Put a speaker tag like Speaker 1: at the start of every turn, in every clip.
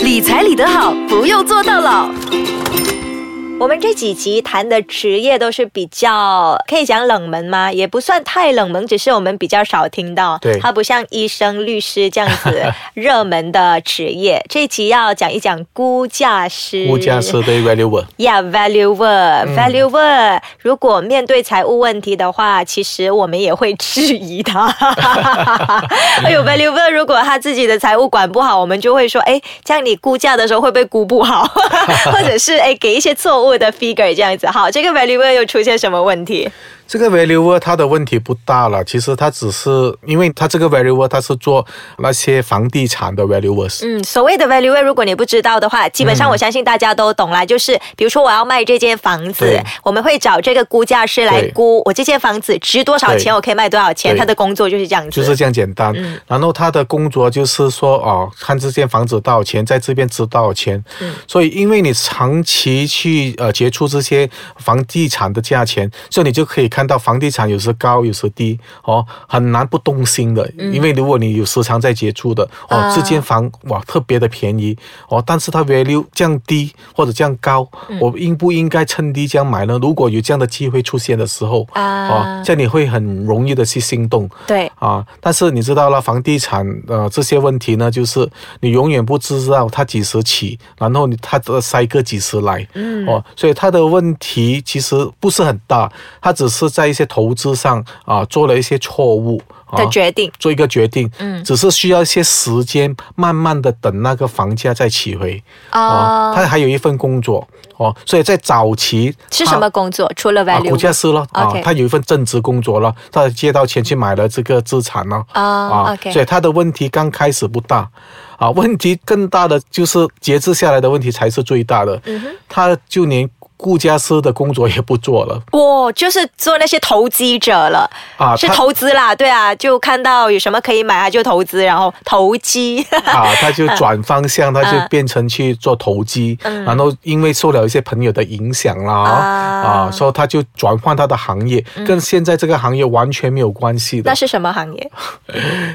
Speaker 1: 理财理得好，不用做到老。
Speaker 2: 我们这几集谈的职业都是比较可以讲冷门吗？也不算太冷门，只是我们比较少听到。
Speaker 3: 对
Speaker 2: 它不像医生、律师这样子 热门的职业。这一集要讲一讲估价 师。
Speaker 3: 物价是对 valuable。
Speaker 2: Yeah，valuer，valuer、valuer，如果面对财务问题的话，其实我们也会质疑他。哎呦，valuer，如果他自己的财务管不好，我们就会说，哎，这样你估价的时候会不会估不好？ 或者是哎，给一些错误的 figure 这样子。好，这个 valuer 又出现什么问题？
Speaker 3: 这个 valuer 它的问题不大了，其实它只是因为它这个 valuer 它是做那些房地产的 valuers，
Speaker 2: 嗯，所谓的 valuer，如果你不知道的话，基本
Speaker 3: 嗯
Speaker 2: 上我相信大家都懂啦。就是比如说我要卖这间房子
Speaker 3: 对，
Speaker 2: 我们会找这个估价师来
Speaker 3: 对
Speaker 2: 估我这间房子值多少钱，
Speaker 3: 对
Speaker 2: 我可以卖多少钱。
Speaker 3: 对
Speaker 2: 他的工作就是这样子。嗯
Speaker 3: 就是这样简单。然后他的工作就是说哦，看这间房子多少钱，在这边值多少钱。
Speaker 2: 嗯
Speaker 3: 所以因为你长期去呃接触这些房地产的价钱，所以你就可以看到房地产有时高有时低哦，很难不动心的。
Speaker 2: 嗯
Speaker 3: 因为如果你有时常在接触的哦，这间房哇特别的便宜哦，但是它 value 降低或者降高，
Speaker 2: 嗯
Speaker 3: 我应不应该趁低这样买呢？如果有这样的机会出现的时候
Speaker 2: 啊
Speaker 3: 哦，这样你会很容易的去心动。
Speaker 2: 对，
Speaker 3: 啊，但是你知道了，房地产呃这些问题呢，就是你永远不知道它几时起，然后你它的塞个几时来，嗯，哦，所以它的问题其实不是很大，它只是在一些投资上啊做了一些错误。啊
Speaker 2: 的决定
Speaker 3: 做一个决定，嗯，只是需要一些时间，慢慢的等那个房价再起回。
Speaker 2: 啊、
Speaker 3: 他还有一份工作哦，所以在早期
Speaker 2: 是
Speaker 3: 他
Speaker 2: 什么工作？除了
Speaker 3: 啊，
Speaker 2: value
Speaker 3: 股价师了啊
Speaker 2: OK，
Speaker 3: 他有一份正职工作了，他借到钱去买了这个资产了
Speaker 2: 啊
Speaker 3: 所
Speaker 2: OK
Speaker 3: 以他的问题刚开始不大，啊，问题更大的就是节制下来的问题才是最大的，
Speaker 2: 嗯
Speaker 3: 他就连顾家师的工作也不做了
Speaker 2: 哇，就是做那些投机者了，
Speaker 3: 啊，
Speaker 2: 是
Speaker 3: 他
Speaker 2: 投资啦，对啊，就看到有什么可以买啊就投资，然后投机。
Speaker 3: 啊，他就转方 向，他
Speaker 2: 啊
Speaker 3: 就变成去做投机，然后因为受了一些朋友的影响啦，
Speaker 2: 嗯啊嗯
Speaker 3: 啊，所以他就转换他的行业，跟现在这个行业完全没有关系 的
Speaker 2: 那，是什么行业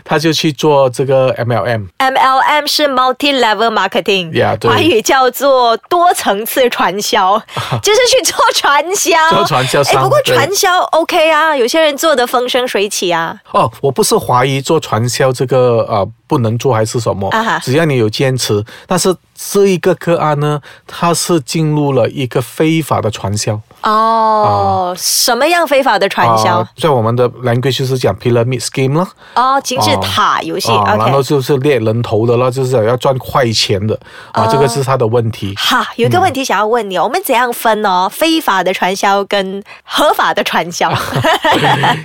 Speaker 3: 他就去做这个 MLM。
Speaker 2: ？MLM 是 multi level marketing，
Speaker 3: Yeah，对
Speaker 2: 华语叫做多层次传 销，就是去做传销。
Speaker 3: 做传销
Speaker 2: 哎，
Speaker 3: 商
Speaker 2: 不过
Speaker 3: 对
Speaker 2: 传销 OK 啊，有些人做的风生水起啊。
Speaker 3: 哦，我不是怀疑做传销这个呃不能做还是什么
Speaker 2: 啊哈，
Speaker 3: 只要你有坚持。但是这一个个案呢，它是进入了一个非法的传销。
Speaker 2: 哦，什么样非法的传销
Speaker 3: 啊？在我们的 language 就是讲 pyramid scheme 啦，
Speaker 2: 哦，金字塔游戏。
Speaker 3: 啊，然后
Speaker 2: OK。
Speaker 3: 就是猎人头的啦，就是要赚快钱的啊，
Speaker 2: 哦
Speaker 3: 这个是他的问 题。
Speaker 2: 哈，有一个问题想要问你，哦，我们怎样分哦？非法的传销跟合法的传销？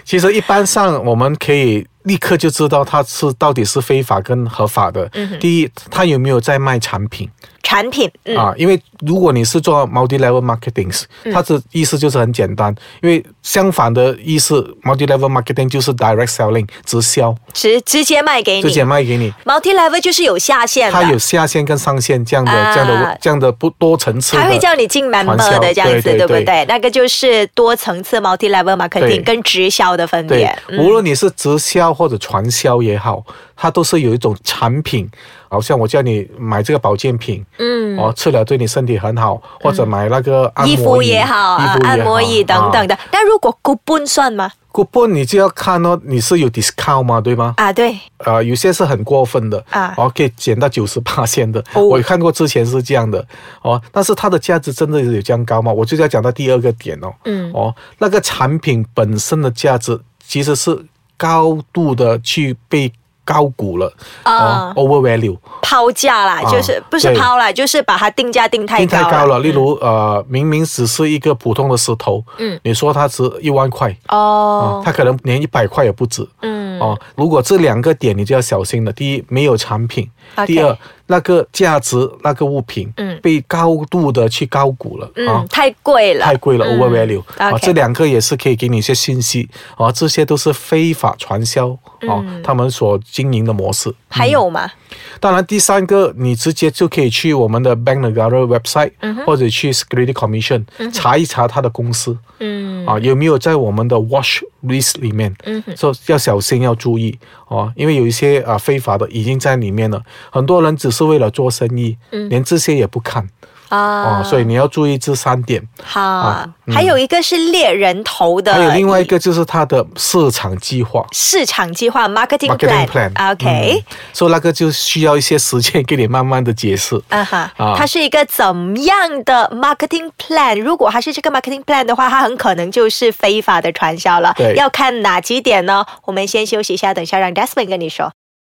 Speaker 3: 其实一般上我们可以立刻就知道它是到底是非法跟合法的。
Speaker 2: 嗯
Speaker 3: 第一，它有没有在卖产品？
Speaker 2: 产品，嗯，
Speaker 3: 啊，因为如果你是做 multi level marketing，它的意思就是很简单，因为相反的意思，multi level marketing 就是 direct selling 直销，
Speaker 2: 直直接卖给
Speaker 3: 直接
Speaker 2: 你。
Speaker 3: 卖给你，
Speaker 2: multi level 就是有下线的，
Speaker 3: 它有下线跟上线这样的、这样
Speaker 2: 啊
Speaker 3: 的这样的不多层次的，
Speaker 2: 它会叫你进
Speaker 3: 传
Speaker 2: member
Speaker 3: 销
Speaker 2: 的这样子，
Speaker 3: 对对
Speaker 2: 不
Speaker 3: 对
Speaker 2: 对？那个就是多层次 multi level
Speaker 3: 对
Speaker 2: marketing 跟直销的分
Speaker 3: 对
Speaker 2: 别。，
Speaker 3: 无论你是直销或者传销也好，它都是有一种产品，好像我叫你买这个保健品，嗯，哦，吃了对你身体很好，或者买那个按摩
Speaker 2: 嗯衣服
Speaker 3: 椅
Speaker 2: 也好
Speaker 3: 衣
Speaker 2: 啊
Speaker 3: 服，也好
Speaker 2: 按摩椅等等
Speaker 3: 的。
Speaker 2: 的。那如果 coupon 算吗？
Speaker 3: coupon 你就要看哦，你是有 discount 吗？对吗？
Speaker 2: 啊，对，
Speaker 3: 呃，有些是很过分的
Speaker 2: 啊
Speaker 3: 哦，可以减到九十八线的。
Speaker 2: 哦
Speaker 3: 我看过之前是这样的哦，但是它的价值真的有这样高吗？我就要讲到第二个点哦，
Speaker 2: 嗯，
Speaker 3: 哦，那个产品本身的价值其实是高度的去被高估了
Speaker 2: 啊
Speaker 3: 哦，over value。
Speaker 2: 抛价啦，
Speaker 3: 啊
Speaker 2: 就是不是
Speaker 3: 对
Speaker 2: 抛啦，就是把它定价定太
Speaker 3: 定
Speaker 2: 高
Speaker 3: 太高了，例如呃，明明只是一个普通的石头，
Speaker 2: 嗯，
Speaker 3: 你说它值一万块，啊
Speaker 2: 哦，，
Speaker 3: 它可能连一百块也不止。
Speaker 2: 嗯
Speaker 3: 哦，如果这两个点你就要小心了。第一，没有产品
Speaker 2: OK
Speaker 3: 第二，那个价值那个物品，
Speaker 2: 嗯
Speaker 3: 被高度的去高估了，啊
Speaker 2: 嗯，。太贵了，
Speaker 3: 太贵了
Speaker 2: 嗯
Speaker 3: ，over value 啊
Speaker 2: OK
Speaker 3: 这两个也是可以给你一些信息啊，这些都是非法传销啊，
Speaker 2: 嗯
Speaker 3: 他们所经营的模式。
Speaker 2: 还有吗？
Speaker 3: 当然，第三个你直接就可以去我们的 Bank Negara website，、或者去 Security Commission、查一查他的公司，
Speaker 2: 嗯
Speaker 3: 啊有没有在我们的 Watch List 里面，嗯，说要小心要要注意哦，因为有一些啊、非法的已经在里面了，很多人只是为了做生意，连这些也不看
Speaker 2: 啊
Speaker 3: 哦，所以你要注意这三点。
Speaker 2: 好、还有一个是猎人头的，
Speaker 3: 还有另外一个就是它的市场计划。
Speaker 2: 市场计划 marketing
Speaker 3: marketing plan，
Speaker 2: plan，OK，、
Speaker 3: 嗯所以那个就需要一些时间给你慢慢的解释。
Speaker 2: 啊哈，
Speaker 3: 啊
Speaker 2: 它是一个怎么样的 marketing plan？如果它是这个 marketing plan 的话，它很可能就是非法的传销了。
Speaker 3: 对
Speaker 2: 要看哪几点呢？我们先休息一下，等一下让 Jasmine 跟你说。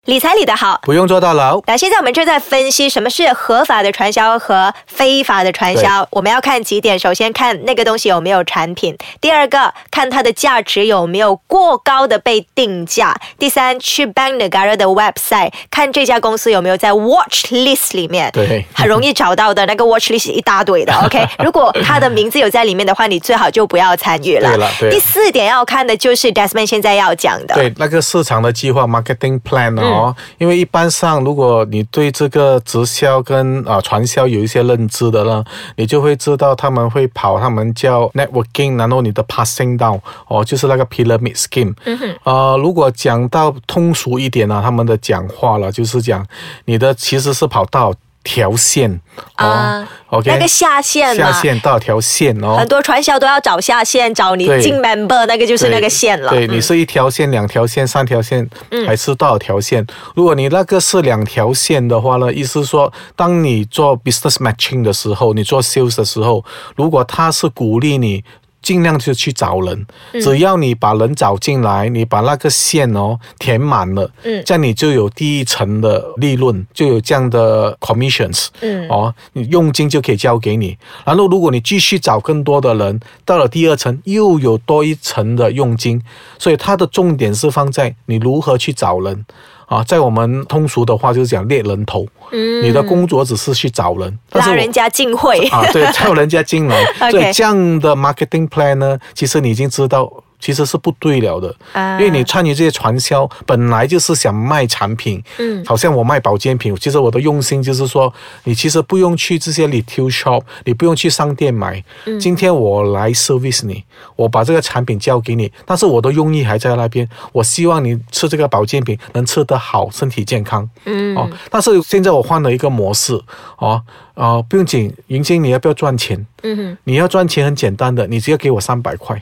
Speaker 2: 理财理得好，
Speaker 3: 不用做到老，
Speaker 2: 那现在我们正在分析什么是合法的传销和非法的传销。我们要看几点，首先看那个东西有没有产品，第二个看它的价值有没有过高的被定价，第三去 Bank Negara 的 website 看这家公司有没有在 watch list 里面。
Speaker 3: 对
Speaker 2: 很容易找到的那个 watch list 一大 堆的。OK，如果他的名字有在里面的话，你最好就不要参与了。
Speaker 3: 对了对了
Speaker 2: 第四点要看的就是 Desmond 现在要讲的。
Speaker 3: 对那个市场的计划 （marketing plan） 哦，
Speaker 2: 嗯
Speaker 3: 因为一般上，如果你对这个直销跟啊、呃传销有一些认知的呢，你就会知道他们会跑他们叫 networking，然后你的 passing down 哦，就是那个 pyramid scheme。嗯哼。呃，如果讲到通俗一点呢、啊他们的讲话了，就是讲你的其实是跑到条线哦、
Speaker 2: 啊
Speaker 3: o k
Speaker 2: 那个下线嘛
Speaker 3: 下线到条线哦，
Speaker 2: 很多传销都要找下线，找你
Speaker 3: 对
Speaker 2: 进 member 那个就是那个线了。嗯
Speaker 3: 对，你是一条线、两条线、三条线，还是多少条线？如果你那个是两条线的话呢，意思说，当你做 business matching 的时候，你做 sales 的时候，如果他是鼓励你。尽量就去找人，
Speaker 2: 嗯
Speaker 3: 只要你把人找进来，你把那个线哦填满了，嗯，这样你就有第一层的利润，就有这样的 commissions，嗯，哦，你佣金就可以交给你。然后如果你继续找更多的人，到了第二层又有多一层的佣金，所以它的重点是放在你如何去找人。啊，在我们通俗的话就是讲猎人头，嗯，你的工作只是去找人，但是
Speaker 2: 拉
Speaker 3: 我
Speaker 2: 人家进会，
Speaker 3: 啊，对，叫人家进来
Speaker 2: OK。
Speaker 3: 所以这样的 marketing plan 呢，其实你已经知道。其实是不对了的，
Speaker 2: 啊
Speaker 3: 因为你参与这些传销，本来就是想卖产品，嗯，好像我卖保健品，其实我的用心就是说，你其实不用去这些 retail shop，你不用去商店买，今天我来 service 你，我把这个产品交给你，但是我的用意还在那边，我希望你吃这个保健品能吃得好，身体健康，嗯，哦，但是现在我换了一个模式，哦，啊、不用紧，云晶，你要不要赚钱？嗯哼，你要赚钱很简单的，你只要给我三百块，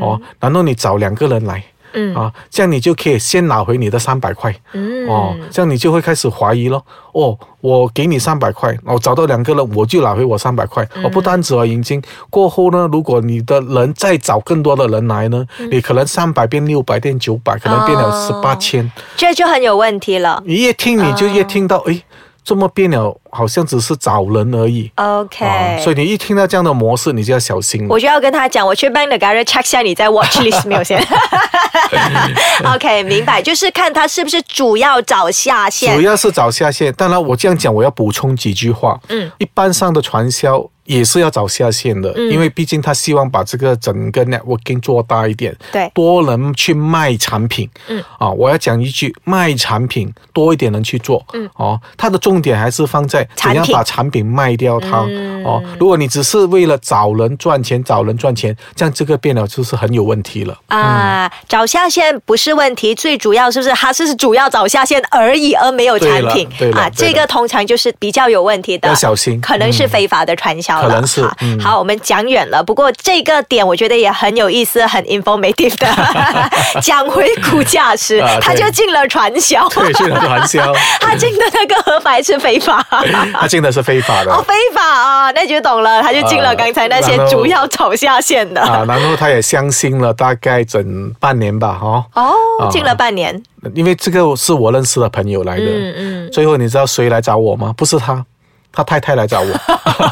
Speaker 3: 哦，然后你找两个人来。嗯啊，这样你就可以先拿回你的三百块，嗯哦，这样你就会开始怀疑咯。哦，我给你三百块，我找到两个人，我就拿回我三百块。我、不单止啊，已经过后呢，如果你的人再找更多的人来呢，你可能三百变六百变九百，可能变了十
Speaker 2: 哦
Speaker 3: 八千。
Speaker 2: 这就很有问题了。
Speaker 3: 你越听你就越听到，诶，这么变了，好像只是找人而已。
Speaker 2: OK，、
Speaker 3: 啊，所以你一听到这样的模式，你就要小心了
Speaker 2: 我。就要跟他讲，我去 Bank Negara check 下你在 watch list 没有 先。OK，明白，就是看他是不是主要找下线
Speaker 3: 主。要是找下线，当然我这样讲，我要补充几句话。嗯，一般上的传销也是要找下线的，
Speaker 2: 嗯
Speaker 3: 因为毕竟他希望把这个整个 networking 做大一点，
Speaker 2: 对
Speaker 3: 多人去卖产品。嗯，啊，我要讲一句，卖产品多一点人去做。嗯，哦，它的重点还是放在
Speaker 2: 产
Speaker 3: 怎
Speaker 2: 品
Speaker 3: 样把产品卖掉它。
Speaker 2: 嗯
Speaker 3: 哦，如果你只是为了找人赚钱，找人赚钱，这样这个变了就是很有问题了。
Speaker 2: 啊，
Speaker 3: 嗯
Speaker 2: 找下线不是问题，最主要是不是他是主要找下线而已，而没有产品
Speaker 3: 对了对了
Speaker 2: 啊？
Speaker 3: 对
Speaker 2: 这
Speaker 3: 了
Speaker 2: 个通常就是比较有问题的，
Speaker 3: 要小心嗯
Speaker 2: 可能 是非法的传销了。
Speaker 3: 可能是
Speaker 2: 好
Speaker 3: 嗯
Speaker 2: 好，我们讲远了，不过这个点我觉得也很有意思，很 informative 的。讲回股价师
Speaker 3: 啊，对
Speaker 2: 他就进了传销，
Speaker 3: 对，去了 传销，
Speaker 2: 他进的那个合法还是非法？
Speaker 3: 他进的是非法的。
Speaker 2: 哦，非法啊，那就懂了，他就进了
Speaker 3: 啊
Speaker 2: 刚才那些
Speaker 3: 然后
Speaker 2: 主要找下线的。
Speaker 3: 啊，然后他也相信了大概整半年吧，哈、哦，
Speaker 2: 哦，
Speaker 3: 啊
Speaker 2: 进了半年，
Speaker 3: 因为这个是我认识的朋友来的，嗯嗯，最后你知道谁来找我吗？不是他，他太太来找 我，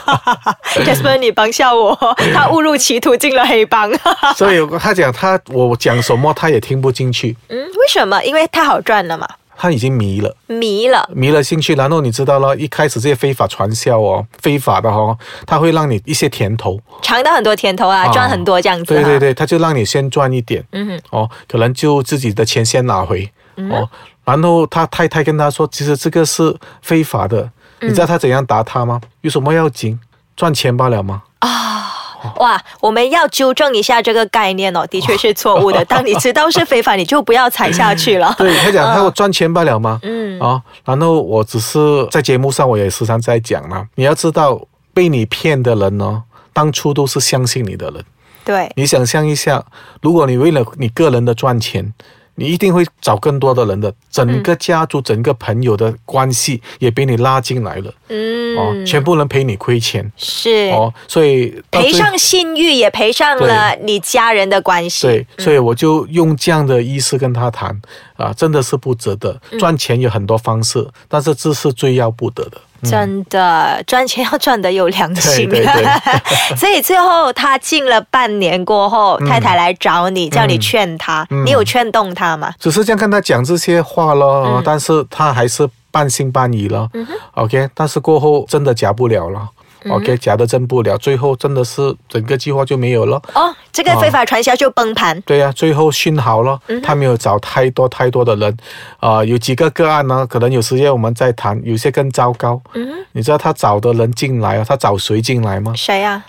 Speaker 2: Jasper，你帮下 我，他误入歧途进了黑帮。 嗯，
Speaker 3: 所以他讲他我讲什么他也听不进去，
Speaker 2: 为什么？因为太好赚了嘛，
Speaker 3: 他已经迷了。
Speaker 2: 迷了。
Speaker 3: 迷了兴趣，然后你知道了，一开始这些非法传销哦，非法的哦，他会让你一些甜头，
Speaker 2: 尝到很多甜头啊，
Speaker 3: 啊
Speaker 2: 赚很多这样子、啊。
Speaker 3: 对对对，他就让你先赚一点，
Speaker 2: 嗯
Speaker 3: 哦，可能就自己的钱先拿回，哦，然后他太太跟他说，其实这个是非法的，你知道他怎样答他吗？有什么要紧？赚钱罢了吗？
Speaker 2: 啊、哇，我们要纠正一下这个概念哦，的确是错误 的。当你知道是非法，你就不要踩下去了。
Speaker 3: 对他讲，他我赚钱罢了嘛。嗯啊，然后我只是在节目上我也时常在讲嘛，你要知道被你骗的人呢、当初都是相信你的人。
Speaker 2: 对，
Speaker 3: 你想象一下，如果你为了你个人的赚钱，你一定会找更多的人的，整
Speaker 2: 嗯
Speaker 3: 个家族、整个朋友的关系也被你拉进来了。嗯，哦，全部人陪你亏钱。
Speaker 2: 是、
Speaker 3: 哦，所以到
Speaker 2: 赔
Speaker 3: 最
Speaker 2: 上信誉，也赔上了你家人的关系。
Speaker 3: 对，所以我就用这样的意思跟他谈啊，真的是不值得。
Speaker 2: 嗯
Speaker 3: 赚钱有很多方式，但是这是最要不得的。
Speaker 2: 真的赚钱要赚得有良心，
Speaker 3: 嗯
Speaker 2: 啊
Speaker 3: 对对 嗯
Speaker 2: 所以最后他进了半年过后，太太来找你，叫你劝他，你有劝动他吗？
Speaker 3: 只是这样跟他讲这些话咯，但是他还是半信半疑了。OK，但是过后真的夹不了了。OK，夹的真不了，最后真的是整个计划就没有了。
Speaker 2: 哦，这个非法传销就崩盘，
Speaker 3: 对呀、最后训好了，他没有找太多太多的人，啊、有几个个案呢，可能有时间我们再谈，有些更糟糕。你知道他找的人进来啊，他找谁进来吗？
Speaker 2: 谁啊呀、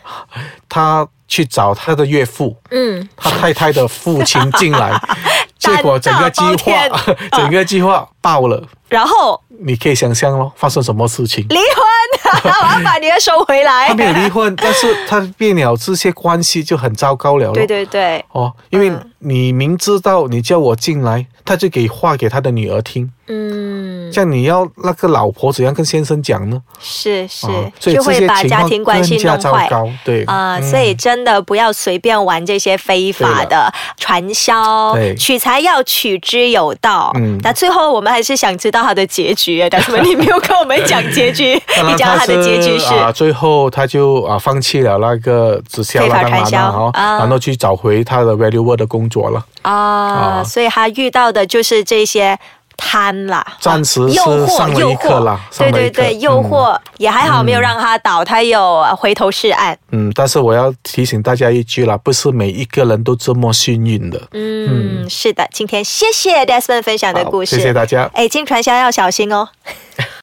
Speaker 3: 他去找他的岳父，
Speaker 2: 嗯，
Speaker 3: 他太太的父亲进来，结果整个计
Speaker 2: 胆大包
Speaker 3: 划， 整个计划爆了。
Speaker 2: 然后
Speaker 3: 你可以想象咯，发生什么事情？
Speaker 2: 离婚， 我要把你的收回来。
Speaker 3: 他没有离婚，但是他变了，这些关系就很糟糕了咯。
Speaker 2: 对嗯对对，
Speaker 3: 哦，因为你明知道你叫我进来，他就给话给他的女儿听，
Speaker 2: 嗯，
Speaker 3: 这样你要那个老婆怎样跟先生讲呢？
Speaker 2: 是是，
Speaker 3: 啊所
Speaker 2: 就
Speaker 3: 以这
Speaker 2: 会
Speaker 3: 些
Speaker 2: 把
Speaker 3: 情
Speaker 2: 家
Speaker 3: 况
Speaker 2: 庭关系
Speaker 3: 更加
Speaker 2: 弄
Speaker 3: 糟
Speaker 2: 坏。
Speaker 3: 糕，对嗯
Speaker 2: 啊、所以真的不要随便玩这些非法
Speaker 3: 对
Speaker 2: 的传销，
Speaker 3: 对
Speaker 2: 取财要取之有道。
Speaker 3: 嗯
Speaker 2: 那最后我们还是想知道它的结局，但是你没有跟我们讲结 局，
Speaker 3: 当
Speaker 2: 你
Speaker 3: 然
Speaker 2: 讲它的结局是。
Speaker 3: 啊，最后他就啊放弃了那个直销
Speaker 2: 非法
Speaker 3: 了，当然
Speaker 2: 传销
Speaker 3: 了哦，
Speaker 2: 啊
Speaker 3: 然后去找回他的 value world 的工作了。
Speaker 2: 啊，
Speaker 3: 啊
Speaker 2: 所以他遇到的就是这些贪啦，
Speaker 3: 暂时
Speaker 2: 啊
Speaker 3: 是
Speaker 2: 诱惑
Speaker 3: 上，了
Speaker 2: 诱
Speaker 3: 一课
Speaker 2: 惑
Speaker 3: 啦，上
Speaker 2: 对对
Speaker 3: 了一课嗯
Speaker 2: 对，诱惑也还好没有让他倒，他有回头是岸。
Speaker 3: 嗯，但是我要提醒大家一句啦，不是每一个人都这么幸运的。
Speaker 2: 嗯嗯，是的，今天谢谢 Desmond 分享的
Speaker 3: 好
Speaker 2: 故事，
Speaker 3: 谢谢大家。
Speaker 2: 哎，进传销要小心哦。